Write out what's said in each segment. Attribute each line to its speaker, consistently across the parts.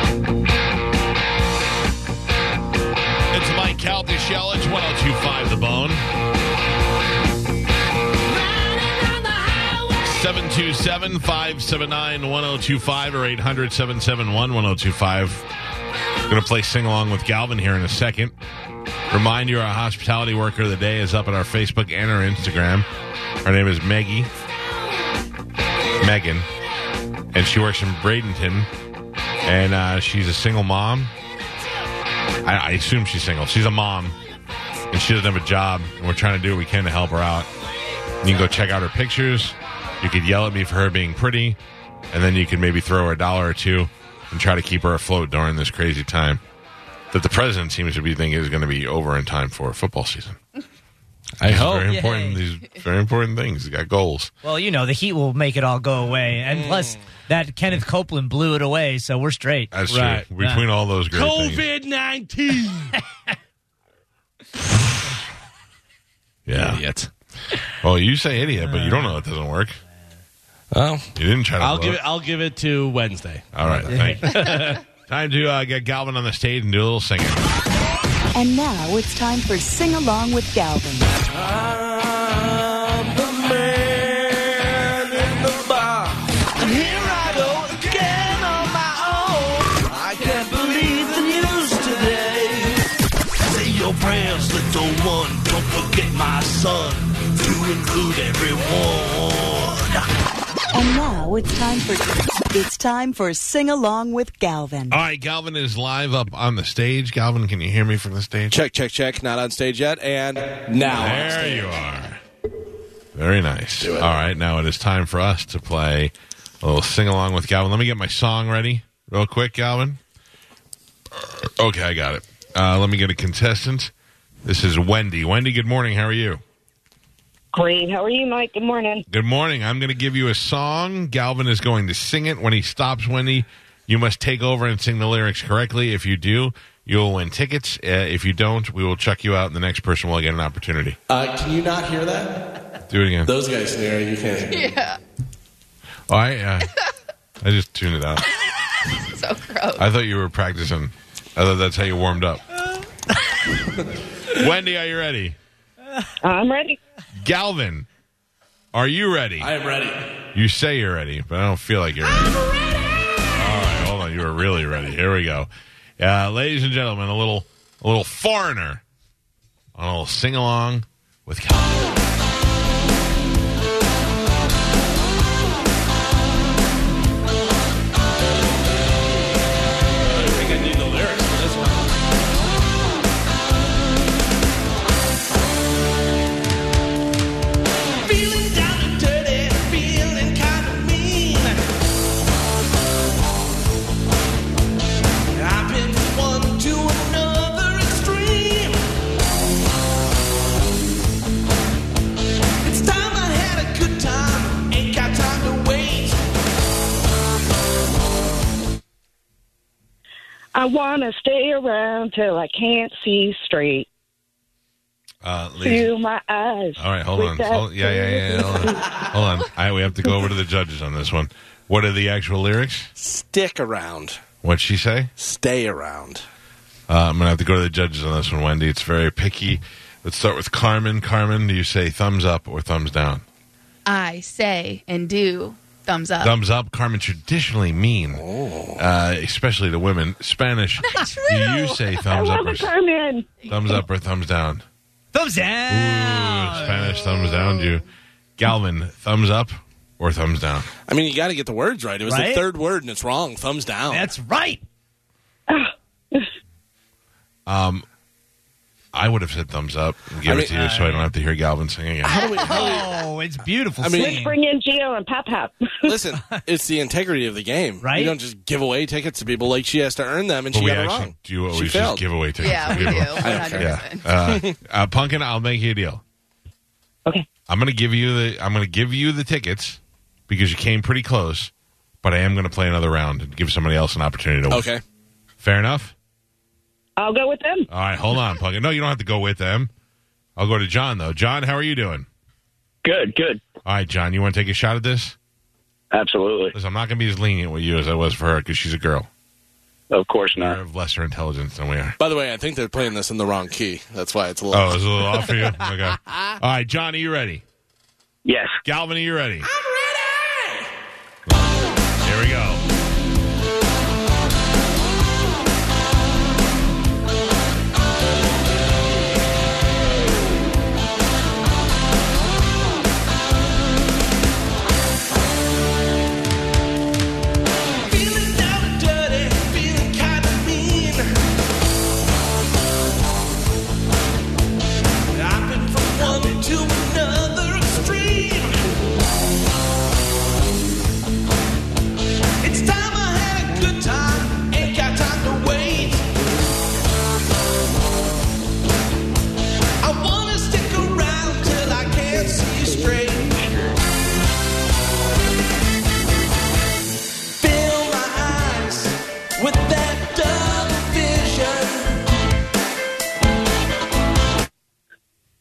Speaker 1: oh 877 579 1025 or 800 771 1025. We're going to play Sing Along with Galvin here in a second. Remind you, our hospitality worker of the day is up at our Facebook and our Instagram. Her name is Maggie. Megan. And she works in Bradenton. And uh, she's a single mom. I, I assume she's single. She's a mom. And she doesn't have a job. And we're trying to do what we can to help her out. You can go check out her pictures. You could yell at me for her being pretty. And then you could maybe throw her a dollar or two and try to keep her afloat during this crazy time that the president seems to be thinking is going to be over in time for football season.
Speaker 2: I
Speaker 1: These are
Speaker 2: hope.
Speaker 1: very important. These are very important things. He's got goals.
Speaker 3: Well, you know, the heat will make it all go away. And plus, that Kenneth Copeland blew it away, so we're straight.
Speaker 1: That's
Speaker 2: Right.
Speaker 1: true. Between all those great things,
Speaker 2: COVID 19.
Speaker 1: yeah.
Speaker 2: Idiot.
Speaker 1: Well, you say idiot, but you don't know it doesn't work.
Speaker 2: Well,
Speaker 1: You didn't try to.
Speaker 2: I'll
Speaker 1: blow
Speaker 2: give it. I'll give it to Wednesday.
Speaker 1: All right. Thank you. Time to uh, get Galvin on the stage and do a little singing.
Speaker 4: And now it's time for Sing Along with Galvin.
Speaker 5: Say your prayers, little one. Don't forget my son. To include everyone.
Speaker 4: And now it's time for it's time for Sing Along with Galvin.
Speaker 1: All right, Galvin is live up on the stage. Galvin, can you hear me from the stage?
Speaker 6: Check, check, check. Not on stage yet. And now.
Speaker 1: There you are. Very nice. All right, now it is time for us to play a little sing along with Galvin. Let me get my song ready real quick, Galvin. Okay, I got it. Uh, let me get a contestant. This is Wendy. Wendy, good morning. How are you?
Speaker 7: Great. How are you, Mike? Good morning.
Speaker 1: Good morning. I'm going to give you a song. Galvin is going to sing it. When he stops, Wendy, you must take over and sing the lyrics correctly. If you do, you'll win tickets. Uh, if you don't, we will chuck you out, and the next person will get an opportunity.
Speaker 6: Uh, can you not hear that?
Speaker 1: Do it again.
Speaker 6: Those guys can hear it. You can't hear it.
Speaker 1: Oh, I, uh, I just tuned it out.
Speaker 8: So gross.
Speaker 1: I thought you were practicing. I thought that's how you warmed up. Wendy, are you ready?
Speaker 7: I'm ready.
Speaker 1: Galvin, are you ready?
Speaker 6: I am ready.
Speaker 1: you say you're ready, but I don't feel like you're ready. I'm ready. All right, hold on. You were really ready. Here we go, uh, ladies and gentlemen. A little, a little foreigner on a little sing along with Galvin.
Speaker 6: I think I need the lyrics for this one.
Speaker 5: Feeling down and dirty. Feeling kind of mean. I've been from one to another extreme. It's time I had a good time. Ain't got time to wait.
Speaker 7: I want to stay around till I can't see straight
Speaker 1: Uh, ladies-
Speaker 7: through my eyes.
Speaker 1: All right, hold on.
Speaker 7: Without
Speaker 1: Hold, yeah, yeah, yeah. yeah, Hold on. hold on. All right, we have to go over to the judges on this one. What are the actual lyrics?
Speaker 6: Stick around.
Speaker 1: What'd she say?
Speaker 6: Stay around.
Speaker 1: Uh, I'm gonna have to go to the judges on this one, Wendy. It's very picky. Let's start with Carmen. Carmen, do you say thumbs up or thumbs down?
Speaker 8: I say and do thumbs up.
Speaker 1: Thumbs up. Carmen traditionally mean, uh, especially to women. Spanish. Do you say
Speaker 7: I
Speaker 1: thumbs up
Speaker 7: love
Speaker 1: or
Speaker 7: it, Carmen.
Speaker 1: thumbs up or thumbs down?
Speaker 3: Thumbs Oh.
Speaker 1: Ooh,
Speaker 3: down.
Speaker 1: Spanish thumbs down. You, Galvin, thumbs up or thumbs down?
Speaker 6: I mean, you got to get the words right. It was
Speaker 3: Right?
Speaker 6: the third word and it's wrong. Thumbs down.
Speaker 3: That's right.
Speaker 1: I would have said thumbs up and give
Speaker 6: I
Speaker 1: it to you, so I don't have to hear Galvin sing again.
Speaker 6: how do we, how do
Speaker 3: Oh, it's beautiful.
Speaker 6: I mean-
Speaker 3: singing.
Speaker 7: Bring in Gio and Pop Pop.
Speaker 6: we, listen, it's the integrity of the game.
Speaker 3: Right?
Speaker 6: You don't just give away tickets to people like she has to earn them and
Speaker 1: But
Speaker 6: she
Speaker 1: we
Speaker 6: got it
Speaker 1: actually
Speaker 6: wrong.
Speaker 1: do
Speaker 6: She
Speaker 1: always just
Speaker 6: failed.
Speaker 1: give away tickets.
Speaker 8: yeah,
Speaker 1: to
Speaker 8: we do.
Speaker 1: people.
Speaker 8: 100%.
Speaker 1: Yeah. Uh, uh, Punkin, I'll make you a deal.
Speaker 7: Okay.
Speaker 1: I'm gonna give you the I'm gonna give you the tickets because you came pretty close, but I am gonna play another round and give somebody else an opportunity to win.
Speaker 6: Okay.
Speaker 1: Fair enough?
Speaker 7: I'll go with them.
Speaker 1: All right, hold on, Punkin. No, you don't have to go with them. I'll go to John though. John, how are you doing?
Speaker 9: Good, good.
Speaker 1: All right, John, you want to take a shot at this?
Speaker 9: Absolutely.
Speaker 1: Listen, I'm not gonna be as lenient with you as I was for her because she's a girl.
Speaker 9: Of course
Speaker 1: You're
Speaker 9: not.
Speaker 1: of lesser intelligence than we are.
Speaker 6: By the way, I think they're playing this in the wrong key. That's why it's a little.
Speaker 1: Oh, is it a little off for you? Okay. All right, John, are you ready?
Speaker 9: Yes.
Speaker 1: Galvin, are you ready? I'm ready.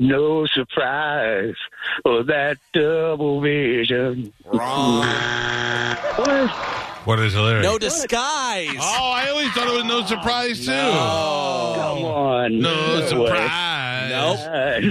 Speaker 9: No surprise. Oh, that double vision. What?
Speaker 1: What is the lyric?
Speaker 6: No disguise.
Speaker 1: oh, I always thought it was no surprise too.
Speaker 9: Come on.
Speaker 1: No
Speaker 9: way.
Speaker 1: surprise.
Speaker 6: Nope.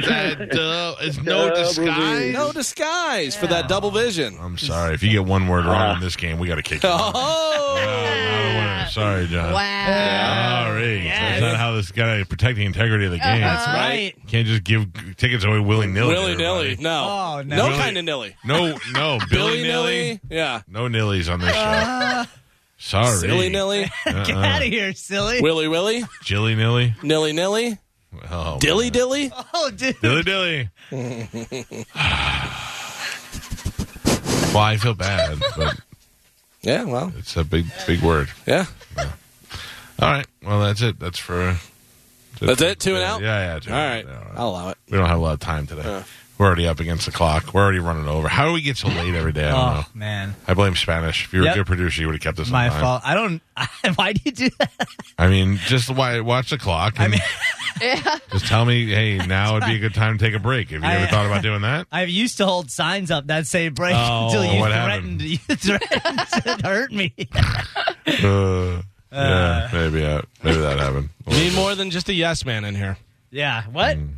Speaker 1: That uh, it's no
Speaker 9: Double
Speaker 1: disguise.
Speaker 6: No disguise for that double vision.
Speaker 1: I'm sorry if you get one word wrong in this game, we got to kick you. out.
Speaker 6: Oh.
Speaker 1: Not a winner. Sorry, John.
Speaker 8: Wow.
Speaker 1: Sorry, that's not how this got to protect the integrity of the game.
Speaker 8: That's
Speaker 2: Uh-huh.
Speaker 6: right.
Speaker 1: Can't just give tickets away willy
Speaker 2: Oh,
Speaker 1: nilly.
Speaker 6: Willy nilly. No.
Speaker 3: Oh,
Speaker 6: no.
Speaker 3: no.
Speaker 6: kind of nilly.
Speaker 1: No, no, Billy nilly.
Speaker 6: Yeah.
Speaker 1: No nillies on this show. Sorry,
Speaker 6: Silly nilly.
Speaker 1: Uh,
Speaker 3: Get out of here, silly.
Speaker 6: Willy willy.
Speaker 1: Jilly nilly.
Speaker 6: Nilly nilly.
Speaker 1: Oh,
Speaker 6: Dilly dilly.
Speaker 3: oh, dude.
Speaker 1: Dilly dilly. well, I feel bad, but
Speaker 6: Yeah. Well.
Speaker 1: it's a big, big word.
Speaker 6: Yeah.
Speaker 1: All right. Well, that's it. That's for.
Speaker 6: That's it? Two and out?
Speaker 1: Yeah, yeah. two
Speaker 6: All right.
Speaker 1: and out.
Speaker 6: I'll allow it.
Speaker 1: We don't have a lot of time today.
Speaker 6: Yeah.
Speaker 1: We're already up against the clock. We're already running over. How do we get so late every day? I don't know.
Speaker 3: Oh, man.
Speaker 1: I blame Spanish. If you were
Speaker 3: Yep.
Speaker 1: a good producer, you would have kept us. on
Speaker 3: My
Speaker 1: time.
Speaker 3: fault. I don't. why do you do that?
Speaker 1: I mean, just why watch the clock. I mean, just tell me, hey, now would be a good time to take a break. Have you
Speaker 3: I-
Speaker 1: ever thought about doing that?
Speaker 3: I used to hold signs up that say break
Speaker 2: Oh,
Speaker 3: until you
Speaker 1: what
Speaker 3: threatened, you threatened to hurt me.
Speaker 1: Uh, yeah, maybe. Uh, maybe that happened.
Speaker 2: Need more than just a yes man in here.
Speaker 3: Yeah. What?
Speaker 1: Mm.
Speaker 2: And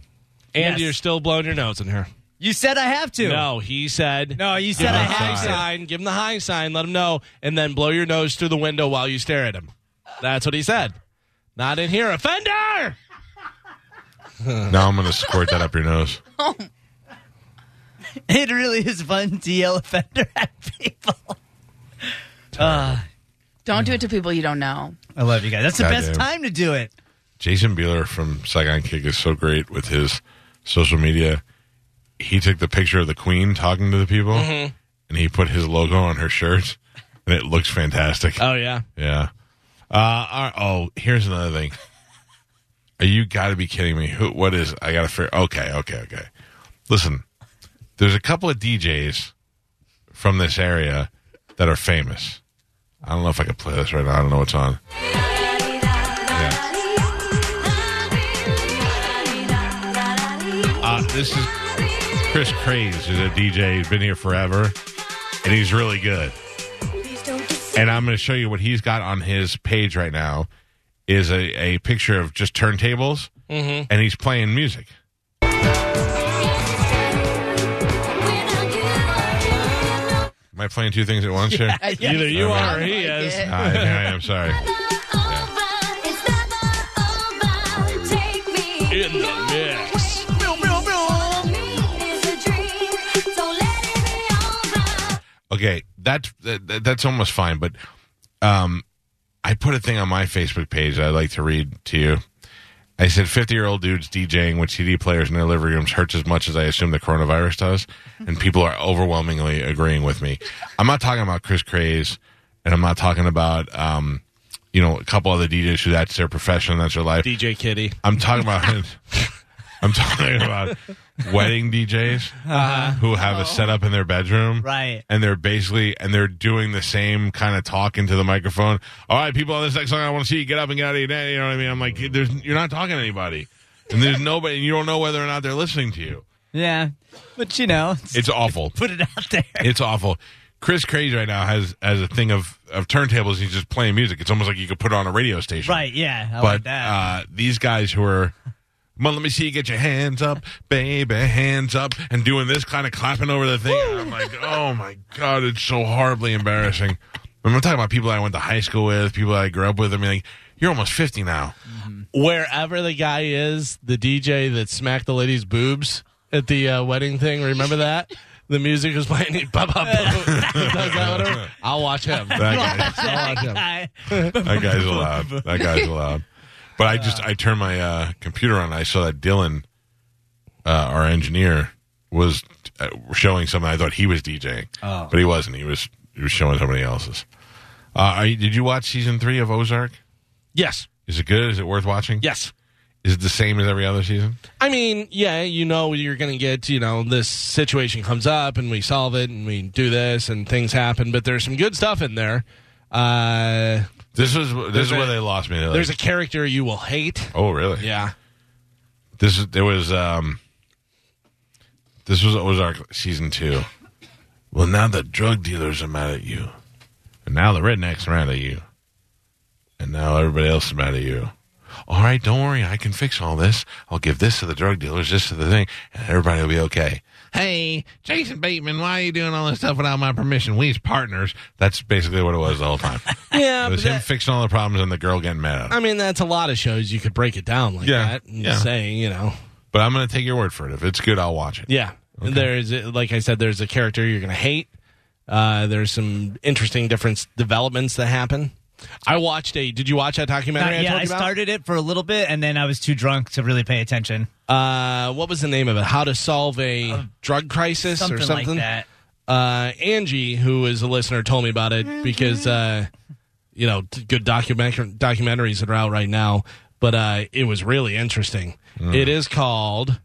Speaker 3: Yes.
Speaker 2: you're still blowing your nose in here.
Speaker 3: You said I have to.
Speaker 2: No, he said.
Speaker 3: No, you
Speaker 2: Give
Speaker 3: said
Speaker 2: him
Speaker 3: I
Speaker 2: the
Speaker 3: have
Speaker 2: high
Speaker 1: Outside.
Speaker 3: to.
Speaker 2: sign. Give him the high sign. Let him know, and then blow your nose through the window while you stare at him. That's what he said. Not in here, offender.
Speaker 1: Now I'm going to squirt that up your nose.
Speaker 3: It really is fun to yell offender at people. Uh,
Speaker 8: Don't do it to people you don't know.
Speaker 3: I love you guys. That's the best
Speaker 1: Goddamn.
Speaker 3: time to do it.
Speaker 1: Jason Bueller from Saigon Kick is so great with his social media. He took the picture of the Queen talking to the people, and he put his logo on her shirt, and it looks fantastic.
Speaker 2: Oh yeah.
Speaker 1: Yeah. Uh, all right- oh, here's another thing. Are you got to be kidding me? Who? What is? I got to figure. Okay, okay, okay. Listen, there's a couple of DJs from this area that are famous. I don't know if I could play this right now. I don't know what's on. Yeah. Uh, this is Chris Craze is a DJ. He's been here forever, and he's really good and I'm going to show you what he's got on his page right now is a, a picture of just turntables and he's playing music. Am I playing two things at once here?
Speaker 8: I-
Speaker 2: Either you
Speaker 1: Okay.
Speaker 2: are or he
Speaker 8: I like
Speaker 2: is.
Speaker 8: it.
Speaker 1: I, I am sorry.
Speaker 2: In the mix.
Speaker 1: Okay, that's that, that's almost fine, but um, I put a thing on my Facebook page that I'd like to read to you. I said, 50 year old dudes DJing with CD players in their living rooms hurts as much as I assume the coronavirus does. And people are overwhelmingly agreeing with me. I'm not talking about Chris Craze and I'm not talking about, um, you know, a couple other DJs who that's their profession, that's their life.
Speaker 2: DJ Kitty.
Speaker 1: I'm talking about. I'm talking about wedding DJs who have a setup in their bedroom,
Speaker 3: Uh-huh. Oh. Right.
Speaker 1: And they're basically and they're doing the same kind of talk into the microphone. All right, people on this next song, I want to see you get up and get out of your day. You know what I mean? I'm like, there's, you're not talking to anybody, and there's nobody, and you don't know whether or not they're listening to you.
Speaker 3: Yeah. But you know,
Speaker 1: It's awful.
Speaker 3: put it out there.
Speaker 1: It's awful. Chris Craze right now has has a thing of of turntables. He's just playing music. It's almost like you could put it on a radio station,
Speaker 3: Right. Yeah. I like
Speaker 1: but
Speaker 3: that.
Speaker 1: uh, these guys who are, well, let me see you get your hands up, baby, hands up, and doing this kind of clapping over the thing. And I'm like, oh my god, it's so horribly embarrassing. I'm not talking about people I went to high school with, people I grew up with. I mean, like, you're almost 50 now.
Speaker 2: Wherever the guy is, the DJ that smacked the lady's boobs at the uh, wedding thing. Remember that? The music was playing. He bop, bop, bop. Does that whatever? I'll watch him.
Speaker 1: That guy's,
Speaker 2: I'll watch him.
Speaker 3: I-
Speaker 1: that guy's allowed. That guy's allowed. But I just I turned my uh, computer on. And I saw that Dylan, uh, our engineer, was uh, showing something. I thought he was DJing,
Speaker 3: Oh.
Speaker 1: but he wasn't. He was he was showing somebody else's. Uh, are you, did you watch season three of Ozark?
Speaker 2: Yes.
Speaker 1: Is it good? Is it worth watching?
Speaker 2: Yes.
Speaker 1: Is it the same as every other season?
Speaker 2: I mean, yeah, you know, you're going to get, you know, this situation comes up and we solve it and we do this and things happen, but there's some good stuff in there. Uh,
Speaker 1: This was this
Speaker 2: There's
Speaker 1: is where
Speaker 2: a-
Speaker 1: they lost me. They're like,
Speaker 2: there's a character you will hate.
Speaker 1: oh really?
Speaker 2: Yeah.
Speaker 1: This is there was um This was Ozark season two. Well, now the drug dealers are mad at you, and now the rednecks are mad at you, and now everybody else is mad at you. All right, don't worry, I can fix all this. I'll give this to the drug dealers, this to the thing, and everybody will be okay. Hey, Jason Bateman, why are you doing all this stuff without my permission? We's partners. That's basically what it was the whole time.
Speaker 2: Yeah,
Speaker 1: It was
Speaker 2: but
Speaker 1: him
Speaker 2: that-
Speaker 1: fixing all the problems and the girl getting mad at him.
Speaker 2: I mean, that's a lot of shows you could break it down like
Speaker 1: Yeah,
Speaker 2: that. And
Speaker 1: yeah.
Speaker 2: Say, you know,
Speaker 1: But I'm going to take your word for it. If it's good, I'll watch it.
Speaker 2: yeah. There is, like I said, there's a character you're going to hate. Uh, there's some interesting different developments that happen. I watched a. Did you watch that documentary?
Speaker 3: Not-
Speaker 2: I
Speaker 3: yeah,
Speaker 2: told
Speaker 3: I
Speaker 2: you about?
Speaker 3: started it for a little bit, and then I was too drunk to really pay attention.
Speaker 2: uh, what was the name of it? How to solve a drug crisis
Speaker 3: Uh, Something,
Speaker 2: or something
Speaker 3: like that.
Speaker 2: Uh, Angie, who is a listener, told me about
Speaker 3: Mm-hmm.
Speaker 2: it because uh, you know t- good document documentaries that are out right now. But uh, it was really interesting. It is called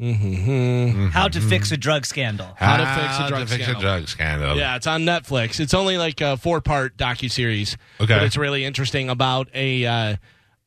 Speaker 2: Mm-hmm.
Speaker 3: How to fix a drug scandal.
Speaker 2: How
Speaker 1: Ah,
Speaker 2: to Fix a Drug Scandal.
Speaker 1: drug scandal.
Speaker 2: Yeah, it's on Netflix. It's only like a four part docu series.
Speaker 1: Okay.
Speaker 2: but it's really interesting about a uh,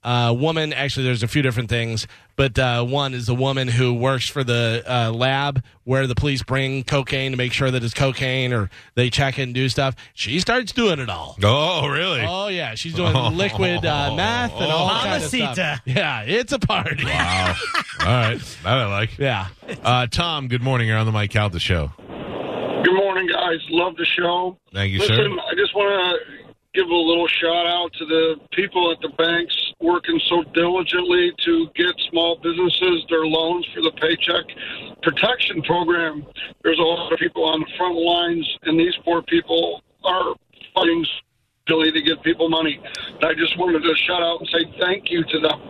Speaker 2: uh, woman. Actually, there's a few different things, but uh, one is the woman who works for the uh, lab where the police bring cocaine to make sure that it's cocaine, or they check it and do stuff. She starts doing it all.
Speaker 1: Oh, really?
Speaker 2: Oh yeah, she's doing liquid uh, meth and all that
Speaker 3: Mamacita.
Speaker 2: stuff. Yeah, it's a party.
Speaker 1: Wow. all right. That I like.
Speaker 2: Yeah,
Speaker 1: Uh, Tom, good morning. You're on the Mike Out the show.
Speaker 9: Good morning, guys. Love the show.
Speaker 1: Thank you,
Speaker 9: Listen,
Speaker 1: sir.
Speaker 9: I just want to give a little shout out to the people at the banks working so diligently to get small businesses their loans for the Paycheck Protection Program. There's a lot of people on the front lines, and these poor people are fighting really to get people money. And I just wanted to shout out and say thank you to them.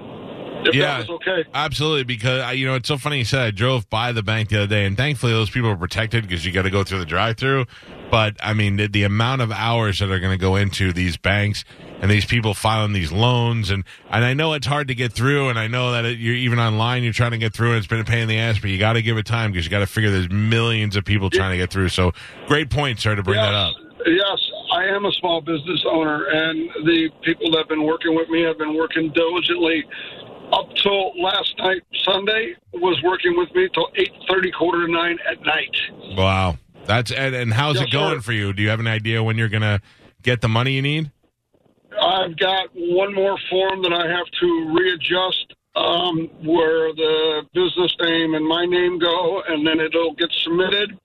Speaker 9: If
Speaker 1: Yeah.
Speaker 9: that was okay.
Speaker 1: Absolutely, because I, you know it's so funny. You said I drove by the bank the other day, and thankfully those people are protected because you got to go through the drive-through. But I mean, the, the amount of hours that are going to go into these banks and these people filing these loans, and and I know it's hard to get through, and I know that it, you're even online, you're trying to get through, and it's been a pain in the ass, but you got to give it time because you got to figure there's millions of people trying to get through. So great point, sir, to bring that up.
Speaker 9: Yes, I am a small business owner, and the people that have been working with me have been working diligently up till last night. Sunday was working with me till eight thirty, quarter to nine at night.
Speaker 1: Wow, that's and, and how's
Speaker 9: Yes,
Speaker 1: it going
Speaker 9: sir.
Speaker 1: for you? Do you have an idea when you're going to get the money you need?
Speaker 9: I've got one more form that I have to readjust um, where the business name and my name go, and then it'll get submitted.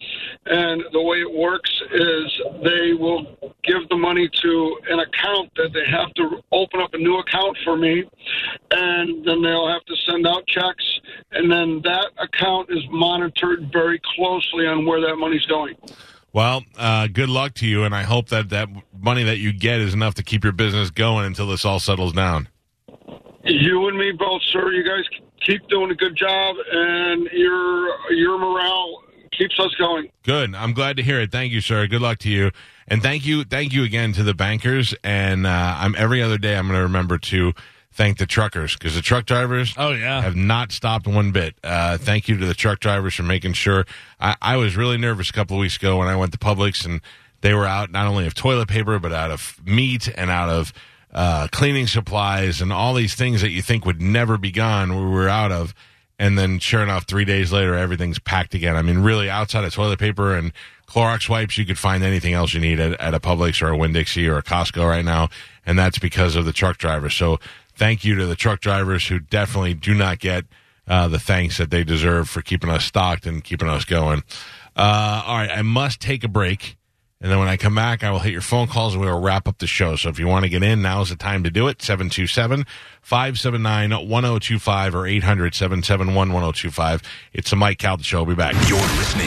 Speaker 9: And the way it works is they will give the money to an account that they have to open up a new account for me, and then they'll have to send out checks. And then that account is monitored very closely on where that money's going.
Speaker 1: Well, uh, good luck to you, and I hope that that money that you get is enough to keep your business going until this all settles down.
Speaker 9: You and me both, sir. You guys keep doing a good job, and your your morale keeps us going.
Speaker 1: Good. I'm glad to hear it. Thank you, sir. Good luck to you, and thank you, thank you again to the bankers. And uh, I'm every other day I'm going to remember to thank the truckers because the truck drivers.
Speaker 2: Oh, yeah.
Speaker 1: have not stopped one bit. Uh, thank you to the truck drivers for making sure. I, I was really nervous a couple of weeks ago when I went to Publix and they were out not only of toilet paper but out of meat and out of uh, cleaning supplies and all these things that you think would never be gone. We were out of. And then, sure enough, three days later, everything's packed again. I mean, really, outside of toilet paper and Clorox wipes, you could find anything else you need at, at a Publix or a Winn Dixie or a Costco right now. And that's because of the truck drivers. So, thank you to the truck drivers who definitely do not get uh, the thanks that they deserve for keeping us stocked and keeping us going. Uh, all right, I must take a break. And then when I come back, I will hit your phone calls and we will wrap up the show. So if you want to get in, now's the time to do it. 727 579 1025 or 800 771 1025. It's the Mike Calvin Show. We'll be back.
Speaker 5: You're listening